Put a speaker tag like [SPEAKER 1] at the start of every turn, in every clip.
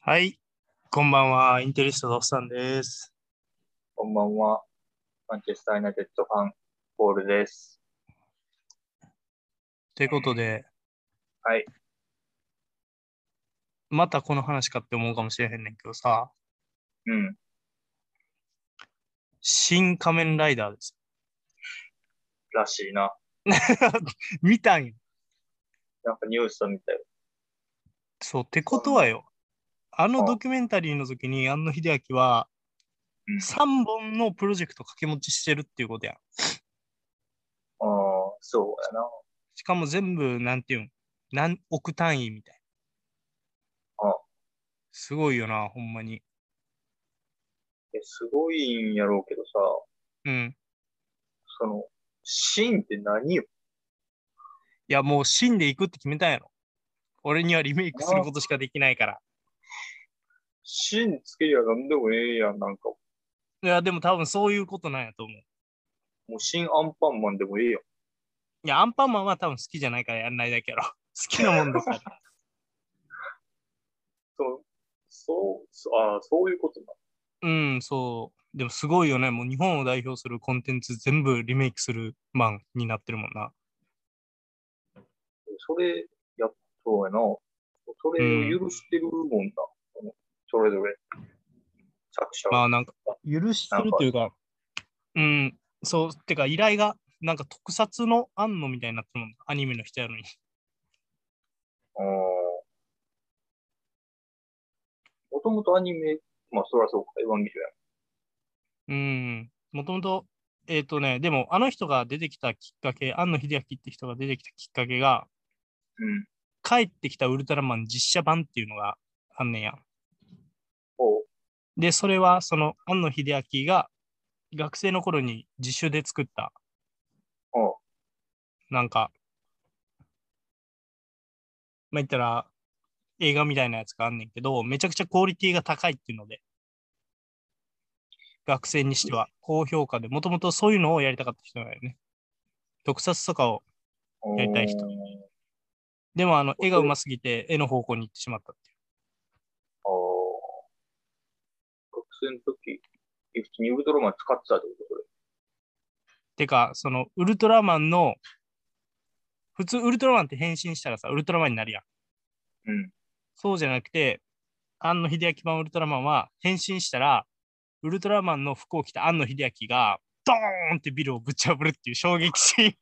[SPEAKER 1] はい、こんばんは、インテリストのおっさんです。
[SPEAKER 2] こんばんは。マンチェスター・ユナイテッドファン、ポールです。
[SPEAKER 1] ということで、
[SPEAKER 2] はい。
[SPEAKER 1] またこの話かって思うかもしれへんねんけどさ、
[SPEAKER 2] うん。
[SPEAKER 1] 新仮面ライダーです。
[SPEAKER 2] らしいな。
[SPEAKER 1] 見たんよ。
[SPEAKER 2] なんかニュースを見たよ。
[SPEAKER 1] そう、ってことはよ、あ
[SPEAKER 2] う
[SPEAKER 1] の
[SPEAKER 2] ん
[SPEAKER 1] ドキュメンタリーの時に、庵野秀明は
[SPEAKER 2] うん
[SPEAKER 1] 3本のプロジェクト掛け持ちしてるっていうことやん。
[SPEAKER 2] ああ、そうやな。
[SPEAKER 1] しかも全部、なんていうん、何億単位みたいな
[SPEAKER 2] あ。
[SPEAKER 1] すごいよな、ほんまに。
[SPEAKER 2] え、すごいんやろうけどさ、
[SPEAKER 1] うん。
[SPEAKER 2] その、シンって何よ
[SPEAKER 1] いや、もう死んでいくって決めたんやろ。俺にはリメイクすることしかできないから。
[SPEAKER 2] シンつけりゃ何でもええやん。なんか、
[SPEAKER 1] いや、でも多分そういうことなんやと思う。
[SPEAKER 2] もうシンアンパンマンでもええやん。
[SPEAKER 1] いや、アンパンマンは多分好きじゃないからやんないだけやろ。好 きなもんだから。
[SPEAKER 2] そう、そう、そうああ、そういうことな。
[SPEAKER 1] うん、そう。でもすごいよね。もう日本を代表するコンテンツ全部リメイクするマンになってるもんな。
[SPEAKER 2] それ、やっそうやな。それを許してるもんな。それぞれ。作者
[SPEAKER 1] ま
[SPEAKER 2] は。
[SPEAKER 1] あなんか、許してるというか、うん、そう、てか依頼が、なんか特撮の案のみたいになってるもんな。アニメの人やのに。
[SPEAKER 2] あーもともとアニメ、まあそりゃそうか、エヴァンゲ
[SPEAKER 1] う
[SPEAKER 2] リ
[SPEAKER 1] ん。もともと、えっ、とね、でも、あの人が出てきたきっかけ、庵野秀明って人が出てきたきっかけが、
[SPEAKER 2] オン。うん。
[SPEAKER 1] 帰ってきたウルトラマン実写版っていうのがあんねんやん。
[SPEAKER 2] おう
[SPEAKER 1] で、それは、その、庵野秀明が学生の頃に自主で作った、
[SPEAKER 2] おう
[SPEAKER 1] なんか、まあ、言ったら、映画みたいなやつがあんねんけど、めちゃくちゃクオリティが高いっていうので、学生にしては高評価で、もともとそういうのをやりたかった人だよね。特撮とかを
[SPEAKER 2] おう
[SPEAKER 1] やりたい人でもあの絵がうますぎて絵の方向に行ってしまったってい
[SPEAKER 2] おう学生の時、普通にウルトラマン使ってたってことそれ。
[SPEAKER 1] う。てか、そのウルトラマンの、普通ウルトラマンって変身したらさ、ウルトラマンになるやん。
[SPEAKER 2] うん。
[SPEAKER 1] そうじゃなくて、庵野秀明版ウルトラマンは変身したら、ウルトラマンの服を着た庵野秀明が、ドーンってビルをぶち破るっていう衝撃シーン。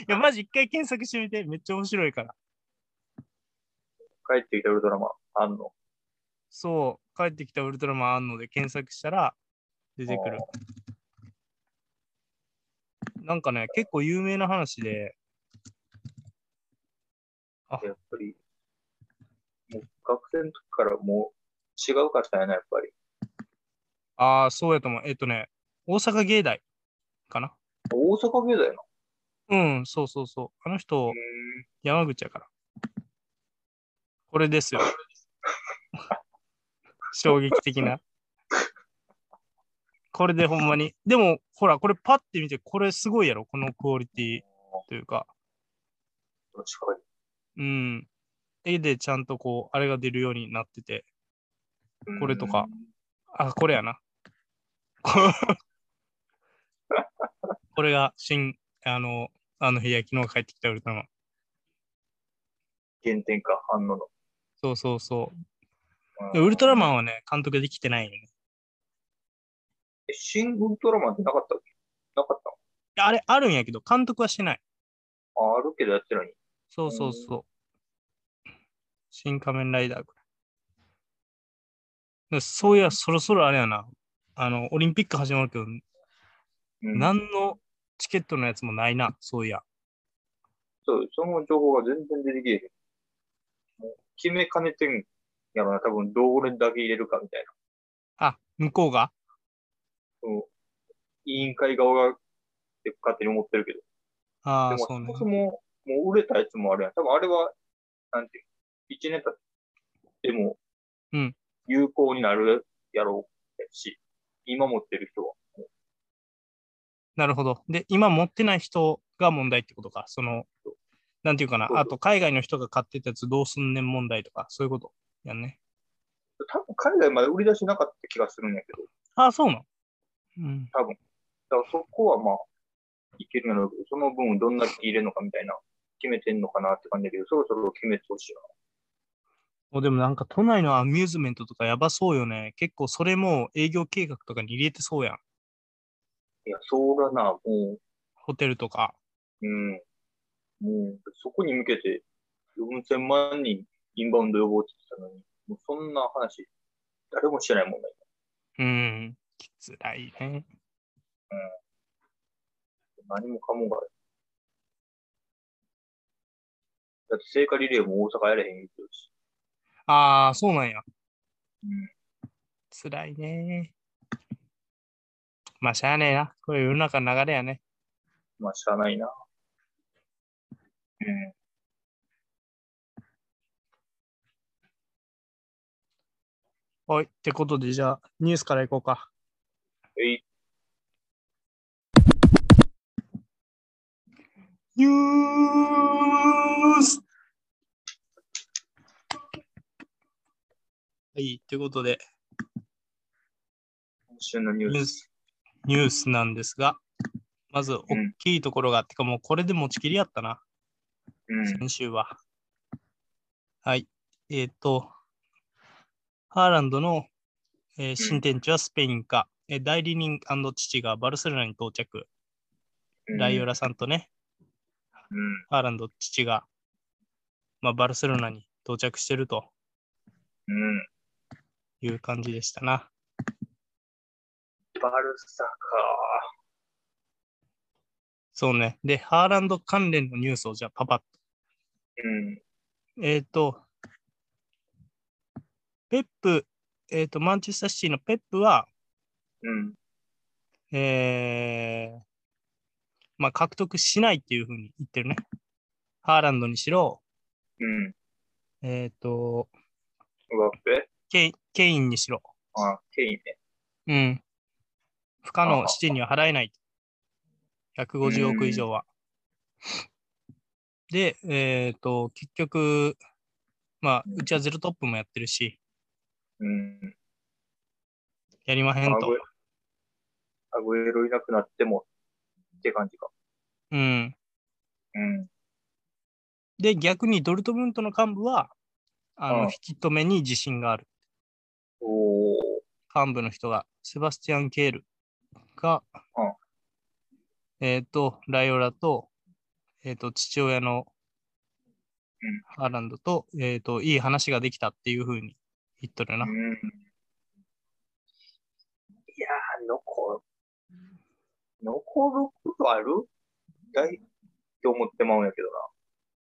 [SPEAKER 1] いや、マジ一回検索してみて、めっちゃ面白いから。
[SPEAKER 2] 帰ってきたウルトラマン、あんの。
[SPEAKER 1] そう、帰ってきたウルトラマンあんので検索したら出てくる。なんかね、結構有名な話で、
[SPEAKER 2] やっぱり、もう学生の時からもう違うかったんやな、やっぱり。
[SPEAKER 1] ああ、そうやと思う。えっとね、大阪芸大かな。
[SPEAKER 2] 大阪芸大やな。
[SPEAKER 1] うん、そうそうそう。あの人、山口やから。これですよ。衝撃的な。これでほんまに。でも、ほら、これパッて見て、これすごいやろ、このクオリティというか。
[SPEAKER 2] うん。確か
[SPEAKER 1] う
[SPEAKER 2] に。
[SPEAKER 1] ん。絵でちゃんとこう、あれが出るようになってて。これとかあ、これやな。ここれが新、あの、あの日焼きの帰ってきたウルトラマン。
[SPEAKER 2] うん。原点か、反応の。
[SPEAKER 1] そうそうそう。でウルトラ
[SPEAKER 2] ン。
[SPEAKER 1] マンはね、監督できてないよね。
[SPEAKER 2] え新ウルトラマンってなかったっけなかった
[SPEAKER 1] いやあれ、あるんやけど、監督はしてない。
[SPEAKER 2] ああるけどやってない。
[SPEAKER 1] そうそうそう。新仮面ライダーぐらいでそういや、そろそろあれやな。あの、オリンピック始まるけど、
[SPEAKER 2] うん、
[SPEAKER 1] 何のチケットのやつもないな、そういや。
[SPEAKER 2] そう、その情報が全然出てきてへん。もう決めかねてんやろな、多分どれだけ入れるかみたいな。
[SPEAKER 1] あ、向こうが
[SPEAKER 2] その委員会側がって勝手に思ってるけど。
[SPEAKER 1] あ
[SPEAKER 2] で
[SPEAKER 1] あ、
[SPEAKER 2] も、
[SPEAKER 1] そう
[SPEAKER 2] そ
[SPEAKER 1] ね
[SPEAKER 2] も。そも、もう売れたやつもあるやん。多分あれは、なんていう、一年経っても
[SPEAKER 1] うん、
[SPEAKER 2] 有効になるやろうし、今持ってる人は。
[SPEAKER 1] なるほど。で、今持ってない人が問題ってことか。その、なんていうかな
[SPEAKER 2] そ。うそう
[SPEAKER 1] あと、海外の人が買ってたやつどうすんねん問題とか、そういうことやんね。
[SPEAKER 2] 多分海外まで売り出しなかった気がするんやけど、
[SPEAKER 1] ああ、そうなの。うん。
[SPEAKER 2] だからそこはまあ、いけるんやろうけど、その分どんな気入れるのかみたいな、決めてんのかなって感じだけど、そろそろ決めてほしいな。
[SPEAKER 1] もうでもなんか都内のアミューズメントとかやばそうよね。結構それも営業計画とかに入れてそうやん。
[SPEAKER 2] いや、そうだな、もう、
[SPEAKER 1] ホテルとか。
[SPEAKER 2] うん。もう、そこに向けて、4000万人インバウンド予防って言ってたのに、もうそんな話、誰もしてないもんね。
[SPEAKER 1] うん。きつらいね。
[SPEAKER 2] 何もかもが。だって聖火リレーも大阪やれへん言うてるし。
[SPEAKER 1] ああ、そうなんや。
[SPEAKER 2] うん。
[SPEAKER 1] つらいね。まあ、しゃあねえな。これ世の中の流れやね。
[SPEAKER 2] まあ、しゃあないな。うん。
[SPEAKER 1] はい。ってことで、じゃあ、ニュースからいこうか。
[SPEAKER 2] えい、
[SPEAKER 1] ニュースはい。ってことで、
[SPEAKER 2] 今週のニュ
[SPEAKER 1] ニュ
[SPEAKER 2] ー
[SPEAKER 1] ー
[SPEAKER 2] ス。
[SPEAKER 1] ス、ニュースなんですが、まず、大
[SPEAKER 2] うん
[SPEAKER 1] きいところが、てかもうこれで持ちきりやったな、
[SPEAKER 2] うん。
[SPEAKER 1] 先週は。はい。えっ、と、ハーランドの、えー新天地はスペインか、えー代理人父がバルセロナに到着、ライオ
[SPEAKER 2] ラ。
[SPEAKER 1] ラさんとね、
[SPEAKER 2] うん。
[SPEAKER 1] ハーランド父が、まあ、バルセロナに到着してると
[SPEAKER 2] うん。
[SPEAKER 1] いう感じでしたな。
[SPEAKER 2] バルサか。
[SPEAKER 1] そうね。で、ハーランド関連のニュースをじゃあパパッと
[SPEAKER 2] うん。
[SPEAKER 1] えっ、と、ペップ、えっ、と、マンチェスターシティのペップは、
[SPEAKER 2] うん。
[SPEAKER 1] えーまあ、獲得しないっていうふうに言ってるね。ハーランドにしろ、
[SPEAKER 2] うん。
[SPEAKER 1] えっ、と
[SPEAKER 2] うわっぺ。
[SPEAKER 1] ケイ、ケインにしろ、
[SPEAKER 2] あ、ケインね。
[SPEAKER 1] うん。不可能、シティには払えない。150億以上は。で、えっ、と、結局、まあ、うちはゼロトップもやってるし、
[SPEAKER 2] うん。
[SPEAKER 1] やりまへん
[SPEAKER 2] ア
[SPEAKER 1] と
[SPEAKER 2] グ。エアグエロいなくなってもって感じか。
[SPEAKER 1] うん。
[SPEAKER 2] うん。
[SPEAKER 1] で、逆にドルトムントの幹部は、あの、
[SPEAKER 2] うん
[SPEAKER 1] 引き止めに自信がある。
[SPEAKER 2] おー。
[SPEAKER 1] 幹部の人が、セバスティアン・ケールが、
[SPEAKER 2] うん
[SPEAKER 1] えっ、と、ライオラと、えっ、と、父親の
[SPEAKER 2] うん
[SPEAKER 1] ハーランドと、えっ、と、いい話ができたっていうふうに言っとるな。
[SPEAKER 2] うん。いやー、残る。残ることあるだいって思ってまうんやけど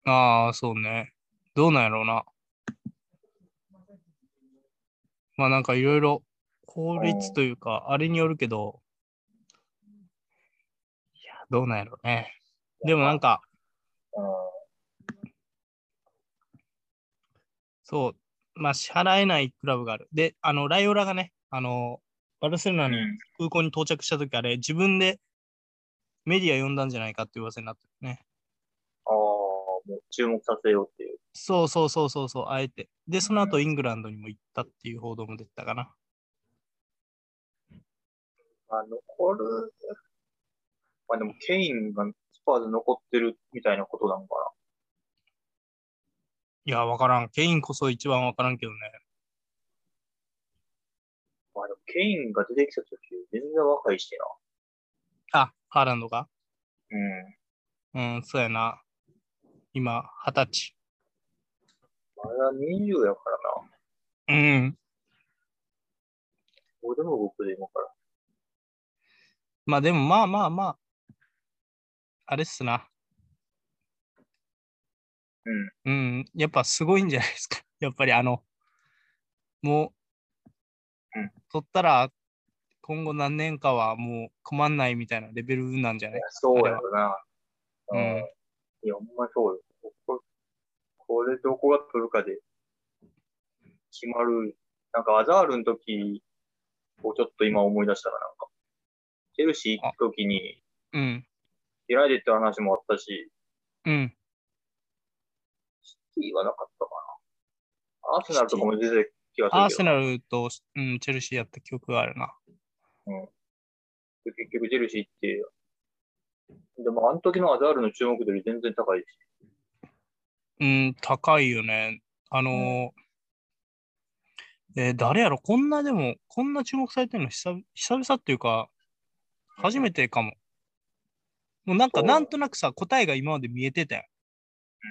[SPEAKER 2] な。
[SPEAKER 1] ああ、そうね。どうなんやろうな。まあなんかいろいろ法律というか、あれによるけど、いや、どうなんやろうね。でもなんか、そう、まあ支払えないクラブがある。で、あの、ライオラがね、あの、バルセロナ
[SPEAKER 2] うん。
[SPEAKER 1] に空港に到着した時あれ、自分でメディア呼んだんじゃないかって噂になってるね。
[SPEAKER 2] ああ、もう注目させようっていう。
[SPEAKER 1] そうそうそうそうそう、あえて。で、その後イングランドにも行ったっていう報道も出てたかな。
[SPEAKER 2] まあ、残る。まあでも、ケインがスパーズ残ってるみたいなことなのか
[SPEAKER 1] いや、わからん。ケインこそ一番わからんけどね。
[SPEAKER 2] な。まあでも、ケインが出てきた時、全然若いし
[SPEAKER 1] あ、ハーランドが。
[SPEAKER 2] な。うん。
[SPEAKER 1] うん、そうやな。今、二十
[SPEAKER 2] まだ20やからな。
[SPEAKER 1] 歳。うん。
[SPEAKER 2] 俺でも僕で今から。
[SPEAKER 1] まあでも、まあまあまあ。あれっすな。
[SPEAKER 2] うん。
[SPEAKER 1] うん、やっぱすごいんじゃないですか。 やっぱりあの、もう、
[SPEAKER 2] うん
[SPEAKER 1] 取ったら、今後何年かはもう困んないみたいなレベルなんじゃない
[SPEAKER 2] いやそうやろな。
[SPEAKER 1] あれはうん
[SPEAKER 2] いや、ほんまそうよ。ここれどこが取るかで決まる。なんかアザールの時をちょっと今思い出したらなんか、チェルシー行く時に
[SPEAKER 1] うん、
[SPEAKER 2] デライデって話もあったし、
[SPEAKER 1] うん。
[SPEAKER 2] いいはなかったかな。アーセナルとかも出て気がするけど。
[SPEAKER 1] アーセナルと、うん、チェルシーやった記憶があるな。
[SPEAKER 2] で結局ジェルシーって、でもあの時のアザールの注目度より全然高いし、
[SPEAKER 1] うん、高いよね。あのーえー誰やろこんなでも、こんな注目されてるの久々久々っていうか、初めてかも。もうなんか、
[SPEAKER 2] そう
[SPEAKER 1] なんとなくさ、答えが今まで見えてたよ。
[SPEAKER 2] うん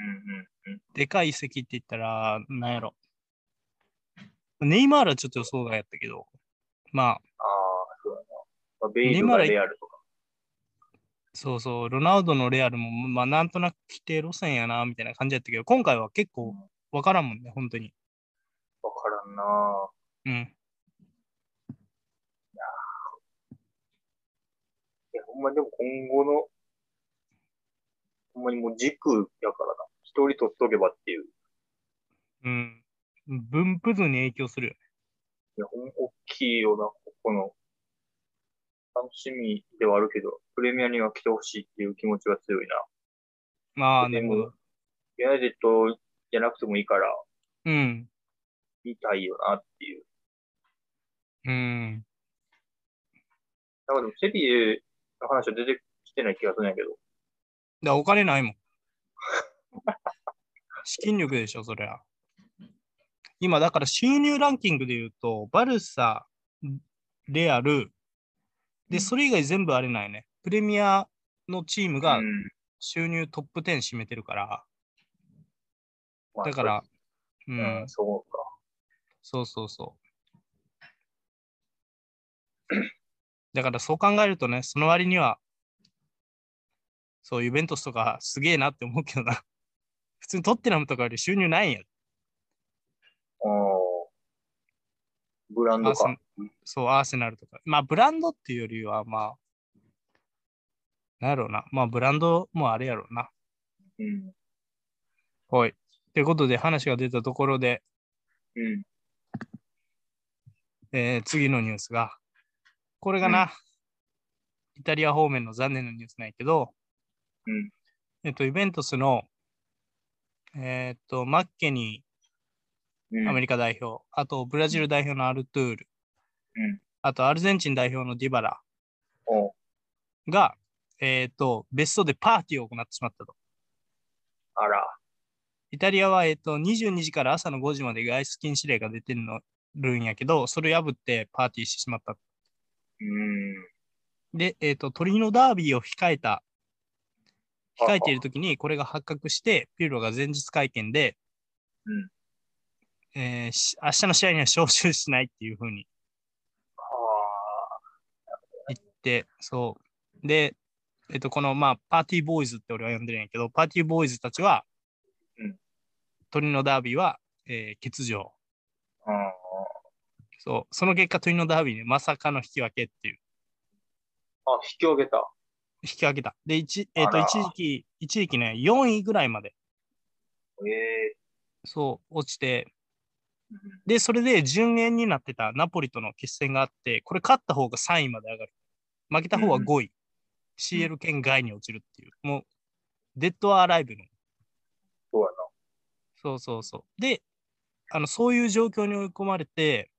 [SPEAKER 2] うんうん、
[SPEAKER 1] でかい席って言ったら、なんやろ。ネイマールはちょっと予想外やったけど、まあ、
[SPEAKER 2] ああ、そうだな。まあ、ベイルがレアルとか、
[SPEAKER 1] そうそう、ロナウドのレアルも、まあ、なんとなく規定路線やな、みたいな感じやったけど、今回は結構わからんもんね、本当に。
[SPEAKER 2] わからんなぁ
[SPEAKER 1] うん。
[SPEAKER 2] いや、ほんまにでも今後の、ほんまにもう軸やからな。一人取っとけばっていう。い
[SPEAKER 1] うん。分布図に影響するよね。
[SPEAKER 2] や、ほんま大きいような、ここの、楽しみではあるけど、プレミアには来てほしいっていう気持ちが強いな。
[SPEAKER 1] まあ、なるほど。
[SPEAKER 2] ユナイテッドじゃなくてもいいから、
[SPEAKER 1] うん。
[SPEAKER 2] 見たいよなっていう。
[SPEAKER 1] うん。
[SPEAKER 2] なんかでも、セリエの話は出てきてない気がするんやけど。
[SPEAKER 1] だお金ないもん。 資金力でしょ、そりゃ。今、だから収入ランキングで言うと、バルサ、レアル、
[SPEAKER 2] う
[SPEAKER 1] で、
[SPEAKER 2] ん
[SPEAKER 1] それ以外全部あれないね。プレミアのチームが
[SPEAKER 2] うん
[SPEAKER 1] 収入トップ10占めてるから、
[SPEAKER 2] まあ
[SPEAKER 1] だから、う
[SPEAKER 2] それうんん、、そうか。
[SPEAKER 1] そうそうそう。 だからそう考えるとね、その割には、そう、ユベントスとかすげえなって思うけどな。 普通にトッテナムとかより収入ないんや。
[SPEAKER 2] うん。ブラン
[SPEAKER 1] ア
[SPEAKER 2] ド
[SPEAKER 1] ーセ
[SPEAKER 2] か
[SPEAKER 1] ン。そう、アーセナルとか。まあ、ブランドっていうよりは、まあ、なんやろうな。まあ、ブランドもあれやろうな。
[SPEAKER 2] うん。
[SPEAKER 1] はい。ということで、話が出たところで、
[SPEAKER 2] うん。
[SPEAKER 1] えー次のニュースが、これがな、イタリア方面の残念なニュースなんやけど、
[SPEAKER 2] うん
[SPEAKER 1] えっと、イベントスの、えーっと、マッケニ
[SPEAKER 2] うん。
[SPEAKER 1] ーアメリカ代表、あとブラジル代表のアルトゥール、
[SPEAKER 2] うん
[SPEAKER 1] あとアルゼンチン代表のディバラ
[SPEAKER 2] おう
[SPEAKER 1] が、えーっと、別荘でパーティーを行ってしまったと。
[SPEAKER 2] あら。
[SPEAKER 1] イタリアは、えっと、22時から朝の5時まで外出禁止令が出てるのるんやけど、それ破ってパーティーしてしまった。
[SPEAKER 2] うん。
[SPEAKER 1] で、えっ、と、トリノダービーを控えた、
[SPEAKER 2] はは
[SPEAKER 1] 控えているときにこれが発覚して、ピューロが前日会見で、
[SPEAKER 2] うん
[SPEAKER 1] えーし明日の試合には招集しないっていうふうに
[SPEAKER 2] あ
[SPEAKER 1] 言って、そう。で、えっ、と、この、まあ、パーティーボーイズって俺は呼んでるんやけど、パーティーボーイズたちは、
[SPEAKER 2] うん
[SPEAKER 1] トリノダービーは、えー欠場。
[SPEAKER 2] あ。うん。
[SPEAKER 1] そう。その結果、トリノダービーでまさかの引き分けっていう。
[SPEAKER 2] あ、引き上げた。
[SPEAKER 1] 引き分けた。で、一、えっ、と、
[SPEAKER 2] あら
[SPEAKER 1] 一時期、一時期ね、4位ぐらいまで、
[SPEAKER 2] ええ
[SPEAKER 1] そう、落ちて、
[SPEAKER 2] ー。
[SPEAKER 1] で、それで順延になってたナポリとの決戦があって、これ勝った方が3位まで上がる。負けた方は5位。CL 圏外に落ちるっていう。もう、デッドアライブの。
[SPEAKER 2] そうや
[SPEAKER 1] そうそうそう。で、あの、そういう状況に追い込まれて、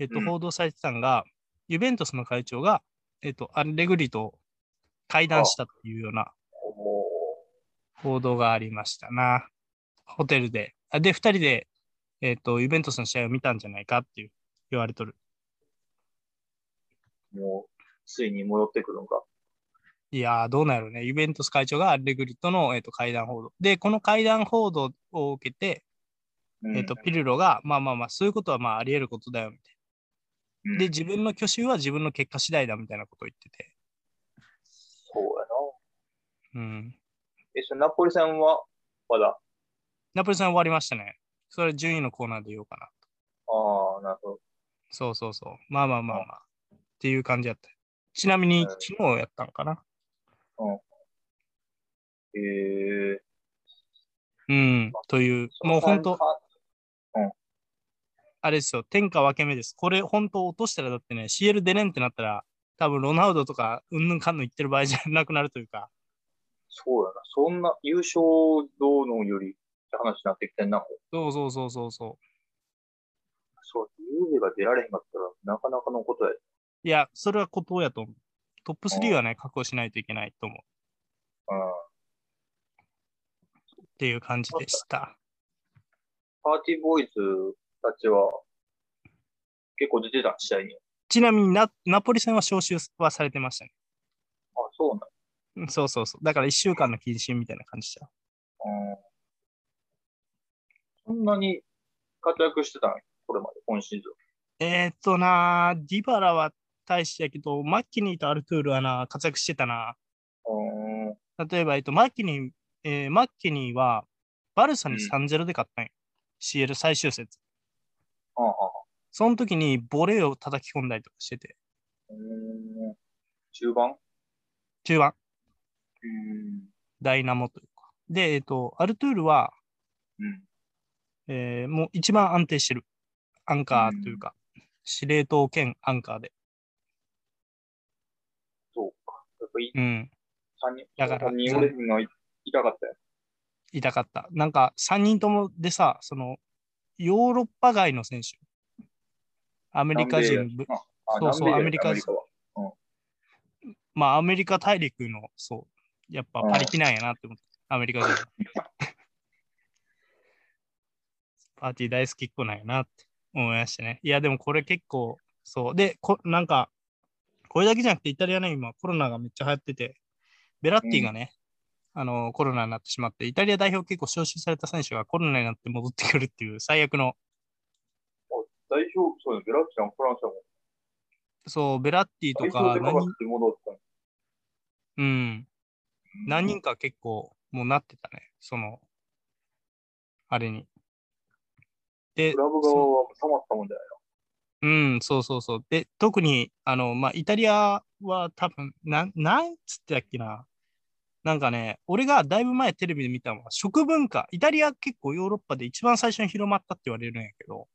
[SPEAKER 1] えっと、
[SPEAKER 2] うん
[SPEAKER 1] 報道されてたのが、ユベントスの会長が、えっと、アレグリと対談したというような
[SPEAKER 2] な。も
[SPEAKER 1] 報道がありましたな。ホテルで。あで、2人で、えっと、ユベントスの試合を見たんじゃないかっていう言われとる。
[SPEAKER 2] う、もう、ついに戻ってくるのか。
[SPEAKER 1] いやー、どうなるね。ユベントス会長がアレグリとの、えっと会談報道。で、この会談報道を受けて、
[SPEAKER 2] うん
[SPEAKER 1] えっとピルロが、まあまあまあ、そういうことはまああり得ることだよみたいな。で、、
[SPEAKER 2] うん
[SPEAKER 1] 自分の去就は自分の結果次第だみたいなことを言ってて。
[SPEAKER 2] そうやな。
[SPEAKER 1] うん。
[SPEAKER 2] え、そのナポリさんは、まだ、
[SPEAKER 1] ナポリさん終わりましたね。それ順位のコーナーで言おうかな。
[SPEAKER 2] ああ、なるほど。
[SPEAKER 1] そうそうそう。まあまあまあまあ。っていう感じだった。ちなみに
[SPEAKER 2] うん、
[SPEAKER 1] 昨日やったのかな。
[SPEAKER 2] ええー。
[SPEAKER 1] うん。という、もう本当、あれですよ、天下分け目です。これ、本当落としたら、だってね、CL 出れんってなったら、多分ロナウドとか、うんぬんかんぬん言ってる場合じゃなくなるというか、
[SPEAKER 2] そうやな。そんな、優勝どうのより、って話になってきてんな。
[SPEAKER 1] そうそうそうそうそ
[SPEAKER 2] そう、ユーベが出られへんかったら、なかなかのことや。
[SPEAKER 1] いや、それは孤島やと思う。トップ3はね、確保しないといけないと思う。
[SPEAKER 2] うん。
[SPEAKER 1] っていう感じでした。
[SPEAKER 2] パーティーボーイズたちは、結構出てた、試合に。
[SPEAKER 1] ちなみにナ、ナポリ戦は招集はされてましたね。
[SPEAKER 2] あ、そうなんだ。
[SPEAKER 1] うんそうそうそう。だから1週間の禁止みたいな感じだ。
[SPEAKER 2] うん。そんなに活躍してたんこれまで、今シーズン。
[SPEAKER 1] えーっとな、ディバラは大してやけど、マッキニーとアルトゥールはな、活躍してたな。
[SPEAKER 2] うん。
[SPEAKER 1] 例えば、えっと、マッキニー、えーマッキニーは、バルサに
[SPEAKER 2] うん
[SPEAKER 1] 3-0で勝ったんよ。CL 最終節。
[SPEAKER 2] ああ、
[SPEAKER 1] その時にボレーを叩き込んだりとかしてて、
[SPEAKER 2] うん。中盤
[SPEAKER 1] 中盤、
[SPEAKER 2] うん。
[SPEAKER 1] ダイナモというか。で、えっと、アルトゥールは、
[SPEAKER 2] うん。
[SPEAKER 1] えーもう一番安定してる。アンカーというか、司令塔兼アンカーで。
[SPEAKER 2] そうか。やっぱり
[SPEAKER 1] うん、
[SPEAKER 2] 三人、
[SPEAKER 1] だから
[SPEAKER 2] 三人俺のい痛かったよ。
[SPEAKER 1] 痛かった。なんか3人ともでさ、その、ヨーロッパ外の選手。アメリカ人、ぶ
[SPEAKER 2] ああ
[SPEAKER 1] そうそう
[SPEAKER 2] 南米だよ
[SPEAKER 1] アメリカ人
[SPEAKER 2] アメリカは。
[SPEAKER 1] まあアメリカ大陸の、そう、やっぱパリピなんやなって思って、アメリカ人。 パーティー大好きっ子なんやなって思いましたね。いや、でもこれ結構、そう。で、こなんか、これだけじゃなくて、イタリアね、今コロナがめっちゃ流行ってて、ベラッティがね、あの、コロナになってしまって、イタリア代表結構招集された選手がコロナになって戻ってくるっていう最悪の
[SPEAKER 2] 代表、そうです。ベラッチャン、フランスだもん。
[SPEAKER 1] そう、ベラッティと
[SPEAKER 2] 代
[SPEAKER 1] か
[SPEAKER 2] 表でかか
[SPEAKER 1] 何、
[SPEAKER 2] って戻ったの。
[SPEAKER 1] うん、
[SPEAKER 2] うん
[SPEAKER 1] 何人か結構もうなってたね、その、あれに。で
[SPEAKER 2] ク、ラブ側はたまったもんじゃない
[SPEAKER 1] うん、そうそうそう。で、特に、あの、まあ、イタリアは多分、なん、なんつってたっけな。なんかね、俺がだいぶ前テレビで見たのは、食文化。イタリア結構ヨーロッパで一番最初に広まったって言われるんやけど、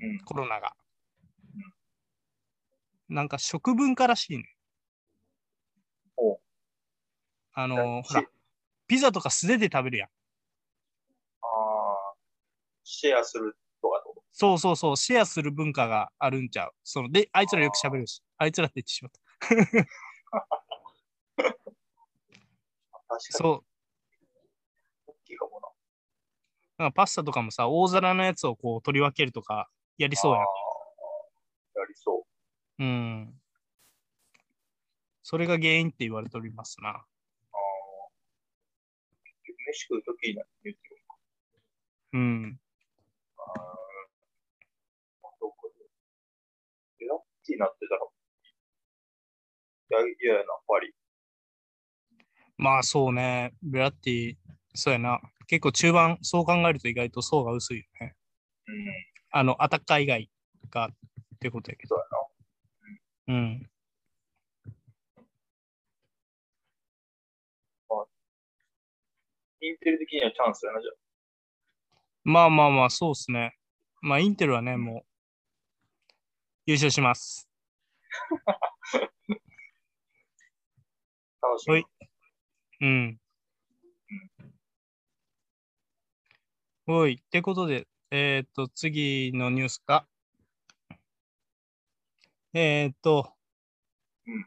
[SPEAKER 2] うん
[SPEAKER 1] コロナが。なんか食文化らしいね。
[SPEAKER 2] ほう
[SPEAKER 1] あ
[SPEAKER 2] の
[SPEAKER 1] の、
[SPEAKER 2] シ
[SPEAKER 1] ほら、ピザとか素手で食べるやん。
[SPEAKER 2] ああ、シェアするとかと。
[SPEAKER 1] そうそうそう、シェアする文化があるんちゃう。そので、あいつらよく喋るし、あいつらって言ってしまった。
[SPEAKER 2] 確かに
[SPEAKER 1] そう、
[SPEAKER 2] 大きいかもな。
[SPEAKER 1] なんかパスタとかもさ、大皿のやつをこう取り分けるとかやりそうや
[SPEAKER 2] あーやりそ
[SPEAKER 1] ん。うん。それが原因って言われておりますな。
[SPEAKER 2] う。飯食うときになって言ってる
[SPEAKER 1] うん。
[SPEAKER 2] どこで。ベラッチになってたら、いや、嫌やな、パリ。
[SPEAKER 1] まあそうね、ベラッティ、そうやな。結構中盤、そう考えると意外と層が薄いよね。
[SPEAKER 2] うん。
[SPEAKER 1] あの、アタッカー以外がってことやけど。
[SPEAKER 2] そうやな。
[SPEAKER 1] うん。
[SPEAKER 2] インテル的にはチャンスやな、じゃあ。
[SPEAKER 1] まあまあまあ、そうっすね。まあ、インテルはね、もう、優勝します。
[SPEAKER 2] 楽しみ。
[SPEAKER 1] はいうん。おい、ってことで、えーっと、次のニュースか。えーっと、
[SPEAKER 2] うん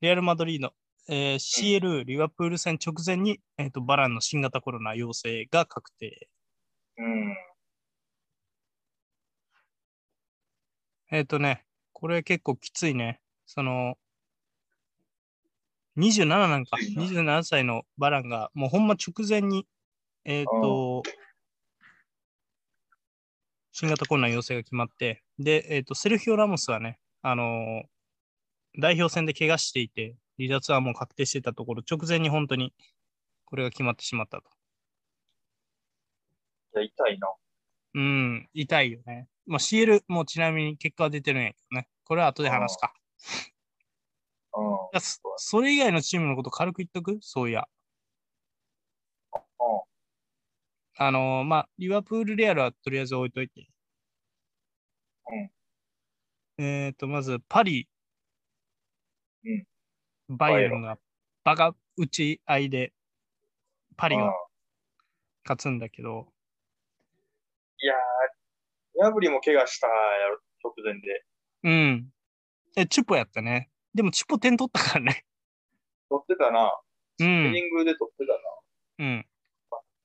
[SPEAKER 1] レアル・マドリード、えー CL リバプール戦直前に、えーっとバランの新型コロナ陽性が確定。
[SPEAKER 2] うん。
[SPEAKER 1] えっ、とね、これ結構きついね。その、27なんか、
[SPEAKER 2] きついな
[SPEAKER 1] 27歳のバランが、もうほんま直前に、えっ、と、新型コロナ陽性が決まって、で、えっ、と、セルヒオ・ラモスはね、あのー代表戦で怪我していて、離脱はもう確定してたところ、直前に本当にこれが決まってしまったと。
[SPEAKER 2] いや、痛いな。
[SPEAKER 1] うん、痛いよね。まあ、CL もちなみに結果は出てるんやけどね。これは後で話すか。
[SPEAKER 2] うん。
[SPEAKER 1] いやそそれ以外のチームのこと軽く言っとくそういや。あのーまあ、リバプール・レアルはとりあえず置いといて。えっ、と、まず、パリ、
[SPEAKER 2] うん
[SPEAKER 1] バイエルンがバカ打ち合いで、パリ
[SPEAKER 2] うん
[SPEAKER 1] が勝つんだけど、
[SPEAKER 2] いやー、ヤブリも怪我したやろ、直前で。
[SPEAKER 1] うん。え、チュポやったね。でもチュポ点取ったからね。
[SPEAKER 2] 取ってたな。
[SPEAKER 1] う
[SPEAKER 2] ヘ
[SPEAKER 1] ん
[SPEAKER 2] デ。ィングで取ってた
[SPEAKER 1] う
[SPEAKER 2] な。
[SPEAKER 1] ん。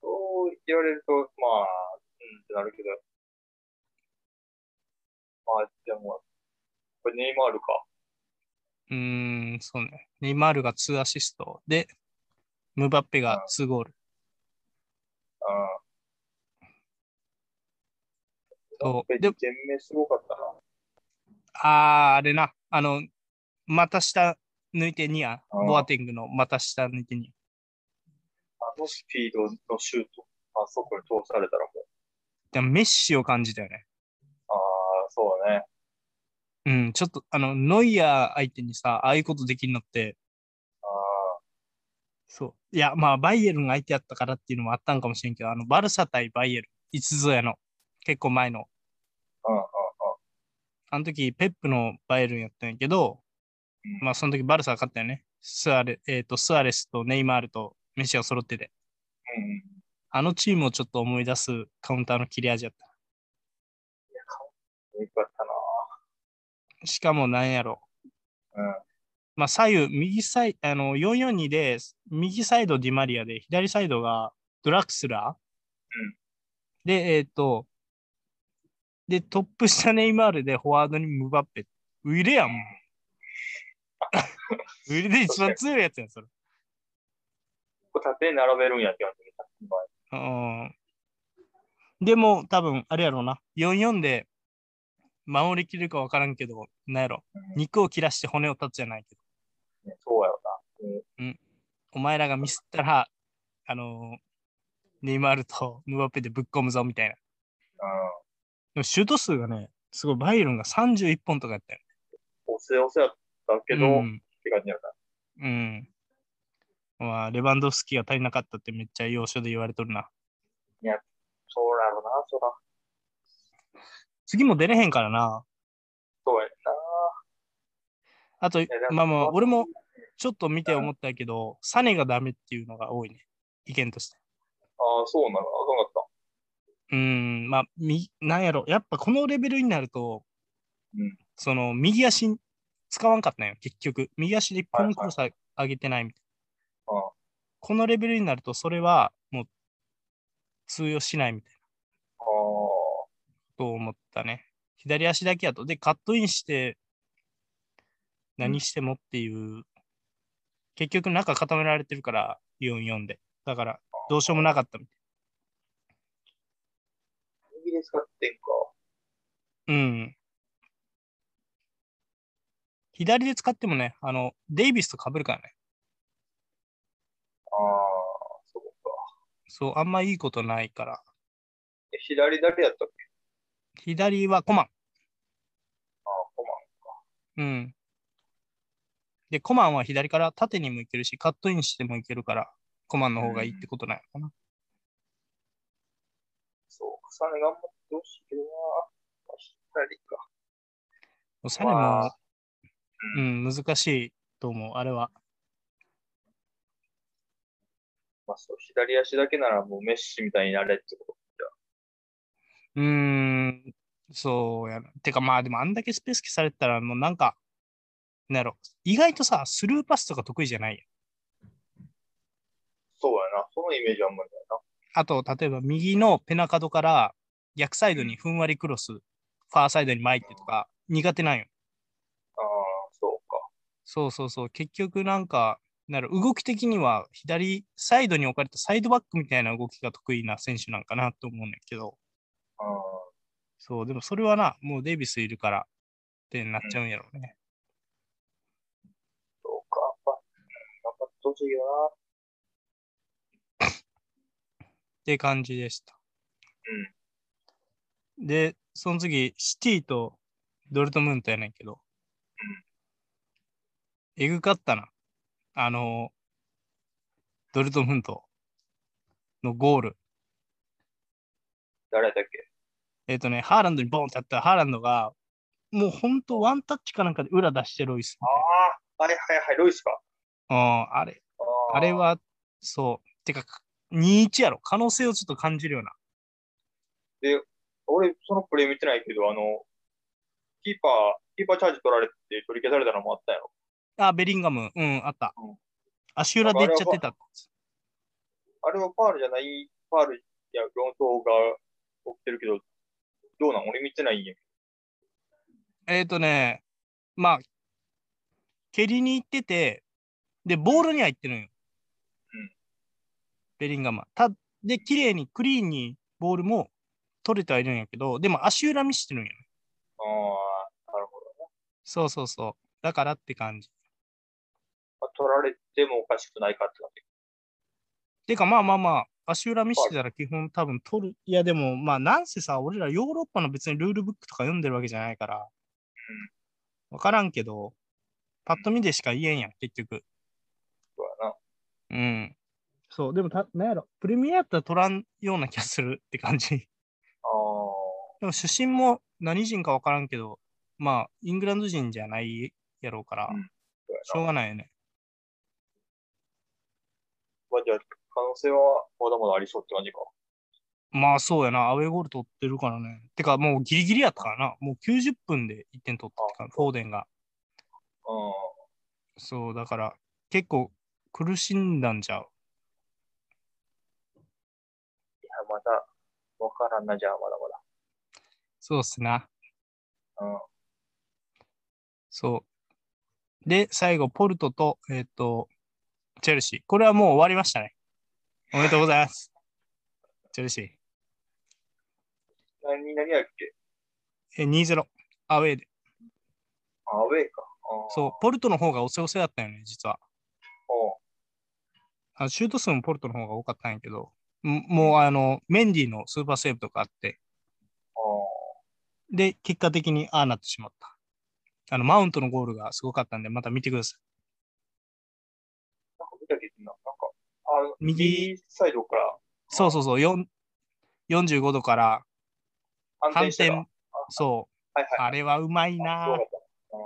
[SPEAKER 2] そう言われると、まあ、うんってなるけど。まあ、でも、これネイマールか。
[SPEAKER 1] うーん、そうね。ネイマールが2アシストで、ムバッペが2ゴール。
[SPEAKER 2] うん。
[SPEAKER 1] そう
[SPEAKER 2] で、
[SPEAKER 1] で
[SPEAKER 2] 全面すごかったな。
[SPEAKER 1] あー、あれな。あの、股下抜いてニア。
[SPEAKER 2] うん
[SPEAKER 1] ボアティングの股下抜いてニ
[SPEAKER 2] あのスピードのシュート、あそこに通されたらもう、
[SPEAKER 1] ア。でもメッシを感じたよね。
[SPEAKER 2] ああ、そうだね。
[SPEAKER 1] うん、ちょっと、あの、ノイヤー相手にさ、ああいうことできるのって、
[SPEAKER 2] あ
[SPEAKER 1] そう。いや、まあ、バイエルンが相手やったからっていうのもあったんかもしれんけど、あの、バルサ対バイエルン、いつぞやの、結構前の
[SPEAKER 2] あ、うんうんうん。
[SPEAKER 1] あの時、ペップのバイエルンやったんやけど、
[SPEAKER 2] うん
[SPEAKER 1] まあ、その時バルサが勝ったよね。スアレ,、えー、とスアレスとネイマールとメッシが揃ってて。
[SPEAKER 2] うんうん。
[SPEAKER 1] あのチームをちょっと思い出すカウンターの切れ味やっ
[SPEAKER 2] よかったな。
[SPEAKER 1] た。しかもなんやろ。
[SPEAKER 2] うん。
[SPEAKER 1] まあ、左右、右サイ、あの、442で、右サイドディマリアで、左サイドがドラクスラー。
[SPEAKER 2] うん
[SPEAKER 1] で、えっ、と、で、トップ下ネイマールでフォワードにムバッペ。ウイレ やん、もう。ウイレで一番強いやつやん、それ。
[SPEAKER 2] ここ縦に並べるんやって感じ。今
[SPEAKER 1] うんでも多分あれやろうな44で守りきるか分からんけどなんやろ
[SPEAKER 2] うん
[SPEAKER 1] 肉を切らして骨を断つじゃないけど
[SPEAKER 2] ねそうやろな。
[SPEAKER 1] お前らがミスったらあのネイマールとムバペでぶっ込むぞみたいなでもシュート数がねすごいバイエルンが31本とかやったよ
[SPEAKER 2] うん。押せ押せやったけど、
[SPEAKER 1] う
[SPEAKER 2] っ
[SPEAKER 1] ん、
[SPEAKER 2] て感じやった。
[SPEAKER 1] うんまあ、レバンドフスキが足りなかったってめっちゃ要所で言われとるな
[SPEAKER 2] そうやろな、そら。
[SPEAKER 1] 次も出れへんからな
[SPEAKER 2] そうやな。
[SPEAKER 1] あと
[SPEAKER 2] でも
[SPEAKER 1] まあまあ俺もちょっと見て思ったけど、サネがダメっていうのが多いね。意見として。
[SPEAKER 2] ああ、そうなの。あかんかった。
[SPEAKER 1] うーん、まあ、みなんやろ。やっぱこのレベルになると、
[SPEAKER 2] うん
[SPEAKER 1] その、右足使わんかったんよ、結局。右足で一本もクロス上げてないみたいな。
[SPEAKER 2] うん
[SPEAKER 1] このレベルになると、それはもう通用しないみたいな
[SPEAKER 2] ああ、
[SPEAKER 1] と思ったね。左足だけやと。で、カットインして、何してもっていう、結局中固められてるから、44で。だから、どうしようもなかったみたいな
[SPEAKER 2] 右で使ってんか。
[SPEAKER 1] うん。左で使ってもね、あの、デイビスと被るからね。
[SPEAKER 2] ああ、そうか。
[SPEAKER 1] そう、あんまいいことないから。
[SPEAKER 2] え左誰やったっけ
[SPEAKER 1] 左はコマン。
[SPEAKER 2] ああ、コマン。
[SPEAKER 1] うん。で、コマンは左から縦にもいけるし、カットインしてもいけるから、コマンの方がいいってことなのかな。
[SPEAKER 2] そうか。サネ頑張ってほしいけどな。まあ左か。
[SPEAKER 1] おしゃれも
[SPEAKER 2] ま、
[SPEAKER 1] う、
[SPEAKER 2] うん
[SPEAKER 1] 難しいと思う、あれは。
[SPEAKER 2] まあそう、左足だけならもうメッシみたいになれってこと。
[SPEAKER 1] うーん、そうやな。てかまあ、でもあんだけスペース消されてたら、もうなんか、なんやろ、意外とさ、スルーパスとか得意じゃないやん
[SPEAKER 2] そうやな。そのイメージはあんまりないな。
[SPEAKER 1] あと、例えば右のペナカドから逆サイドにふんわりクロス、ファーサイドに巻いてとか苦手なんよ。
[SPEAKER 2] ああ、そうか。
[SPEAKER 1] そうそうそう。結局なんか、なる動き的には左サイドに置かれたサイドバックみたいな動きが得意な選手なんかなと思うんだけど、
[SPEAKER 2] ああ、
[SPEAKER 1] そう、でもそれはな、もうデイビスいるからってなっちゃうんやろうね。
[SPEAKER 2] そうか。まあ頑張ってほしいよな。
[SPEAKER 1] って感じでした。で、その次、シティとドルトムントやねんけど、えぐかったな。あの、ドルトムントのゴール。
[SPEAKER 2] 誰だっけ
[SPEAKER 1] えっ、とね、ハーランドにボンってやったら、ハーランドが、もうほんとワンタッチかなんかで裏出してロイス。
[SPEAKER 2] ああ、はいはいはい、ロイスか。
[SPEAKER 1] うん、あれ、
[SPEAKER 2] あー
[SPEAKER 1] あれ。は、そう。てか、2-1やろ。可能性をちょっと感じるような。
[SPEAKER 2] で、俺、そのプレー見てないけど、あの、キーパー、キーパーチャージ取られて取り消されたのもあったやろ。
[SPEAKER 1] あ、ベリンガム、うん、あった
[SPEAKER 2] うん。
[SPEAKER 1] 足裏出っちゃってた。
[SPEAKER 2] あれはファールじゃない、ファールや論争が起きてるけど、どうなん俺見てないんやけ
[SPEAKER 1] えっ、ー、とね、まあ、蹴りに行ってて、で、ボールには行ってるんよ。
[SPEAKER 2] うん
[SPEAKER 1] ベリンガムは。たで、綺麗に、クリーンにボールも取れてはいるんやけど、でも足裏見してるんよね。
[SPEAKER 2] ど。ああ、なるほど。
[SPEAKER 1] そうそうそう。だからって感じ。
[SPEAKER 2] まあ、取られてもおかしくないかって感じ。
[SPEAKER 1] てか、まあまあまあ、足裏見してたら基本多分取る。いや、でも、まあ、なんせさ、俺らヨーロッパの別にルールブックとか読んでるわけじゃないから、わからんけど、パッと見でしか言えんやん、結局。
[SPEAKER 2] そうやな。
[SPEAKER 1] うん。そう、でもた、なんやろ、プレミアやったら取らんような気がするって感じ。
[SPEAKER 2] ああ、
[SPEAKER 1] でも主審も何人か分からんけど、まあ、イングランド人じゃないやろうから、
[SPEAKER 2] うんそうや
[SPEAKER 1] しょうがないよね。
[SPEAKER 2] まあ、じゃあ、可能性はまだまだありそうって感じか。
[SPEAKER 1] まあ、そうやな、アウェーゴール取ってるからね。てか、もうギリギリやったからな、もう90分で1点取ったって感じ、フォーデンが。
[SPEAKER 2] うん。
[SPEAKER 1] そう、だから、結構苦しんだんちゃう。
[SPEAKER 2] いや、まだ、わからんな、じゃあ、まだまだ。
[SPEAKER 1] そうっすな。
[SPEAKER 2] うん。
[SPEAKER 1] そう。で、最後、ポルトと、えっ、と、チェルシー。これはもう終わりましたね。おめでとうございます。チェルシ
[SPEAKER 2] 何、何やっけ
[SPEAKER 1] ー。え2-0、アウェーで。
[SPEAKER 2] あアウェイか。あ
[SPEAKER 1] そう、ポルトの方がおせおせだったよね、実は。
[SPEAKER 2] う。
[SPEAKER 1] あのシュート数もポルトの方が多かったんやけど、んもう、あの、メンディのスーパーセーブとかあって、
[SPEAKER 2] あ
[SPEAKER 1] で、結果的にああなってしまった。あの、マウントのゴールがすごかったんで、また見てください。
[SPEAKER 2] あ。なんか見たけどな、なんか、あ
[SPEAKER 1] 右
[SPEAKER 2] 右サイドから
[SPEAKER 1] そうそうそう、よん45度から
[SPEAKER 2] 反
[SPEAKER 1] 反
[SPEAKER 2] 転したら。
[SPEAKER 1] 転、そう、
[SPEAKER 2] はいはい。
[SPEAKER 1] あれはうまいな
[SPEAKER 2] そう
[SPEAKER 1] ぁ
[SPEAKER 2] だった。うん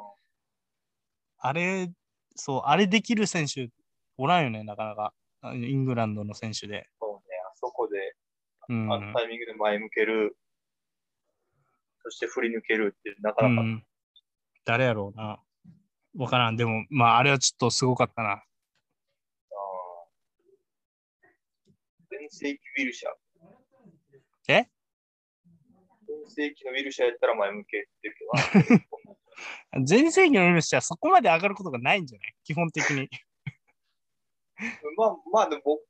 [SPEAKER 1] あれ、そう、あれできる選手おらんよね、なかなか。あのイングランドの選手で。
[SPEAKER 2] そうね、あそこで、
[SPEAKER 1] うん。
[SPEAKER 2] あのタイミングで前向ける、そして振り抜けるって、なか
[SPEAKER 1] う
[SPEAKER 2] なか、
[SPEAKER 1] ん、誰やろうな。わからん。でも、まあ、あれはちょっとすごかったな。
[SPEAKER 2] 全盛期ウィルシャー。
[SPEAKER 1] え
[SPEAKER 2] 全盛期のウィルシャーやったら前向けってるけどな
[SPEAKER 1] 全盛期のウィルシはそこまで上がることがないんじゃない基本的に。
[SPEAKER 2] まあ、まあ、でも僕、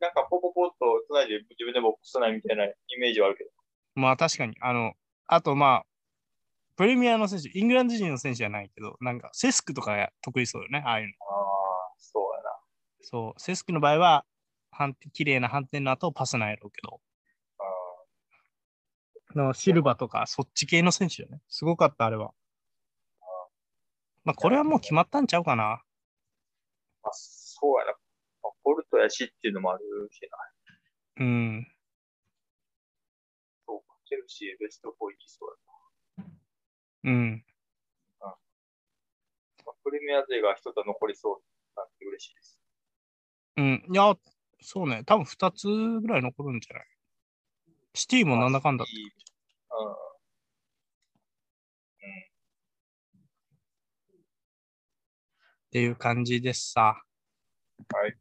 [SPEAKER 2] なんかポポポッとつないで自分でボックスつないみたいなイメージはあるけど。
[SPEAKER 1] まあ、確かに。あの、あと、まあ、プレミアの選手、イングランド人の選手じゃないけど、なんか、セスクとか得意そうよね、ああいうの。
[SPEAKER 2] ああ、そうやな。
[SPEAKER 1] そう、セスクの場合は、反転綺麗な反転の後パスなんやろうけど。
[SPEAKER 2] あ
[SPEAKER 1] のシルバとか、そっち系の選手よね。すごかった、あれは。まあ、これはもう決まったんちゃうかな。
[SPEAKER 2] ーまあ、そうやな。まあ、ポルトやしっていうのもあるしな。
[SPEAKER 1] うん。
[SPEAKER 2] そうか。チェルシーベスト4行きそうや
[SPEAKER 1] うん。
[SPEAKER 2] な。まあ、プレミア勢が一つは残りそうなんて嬉しいです。
[SPEAKER 1] うん。いや、そうね。多分2つぐらい残るんじゃないシティもなんだかんだ。
[SPEAKER 2] いいうん。
[SPEAKER 1] っていう感じですさ。
[SPEAKER 2] はい。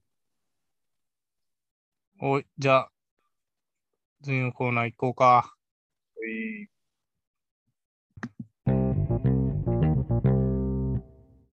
[SPEAKER 1] おい、じゃあ、次のコーナー行こうか。
[SPEAKER 2] うい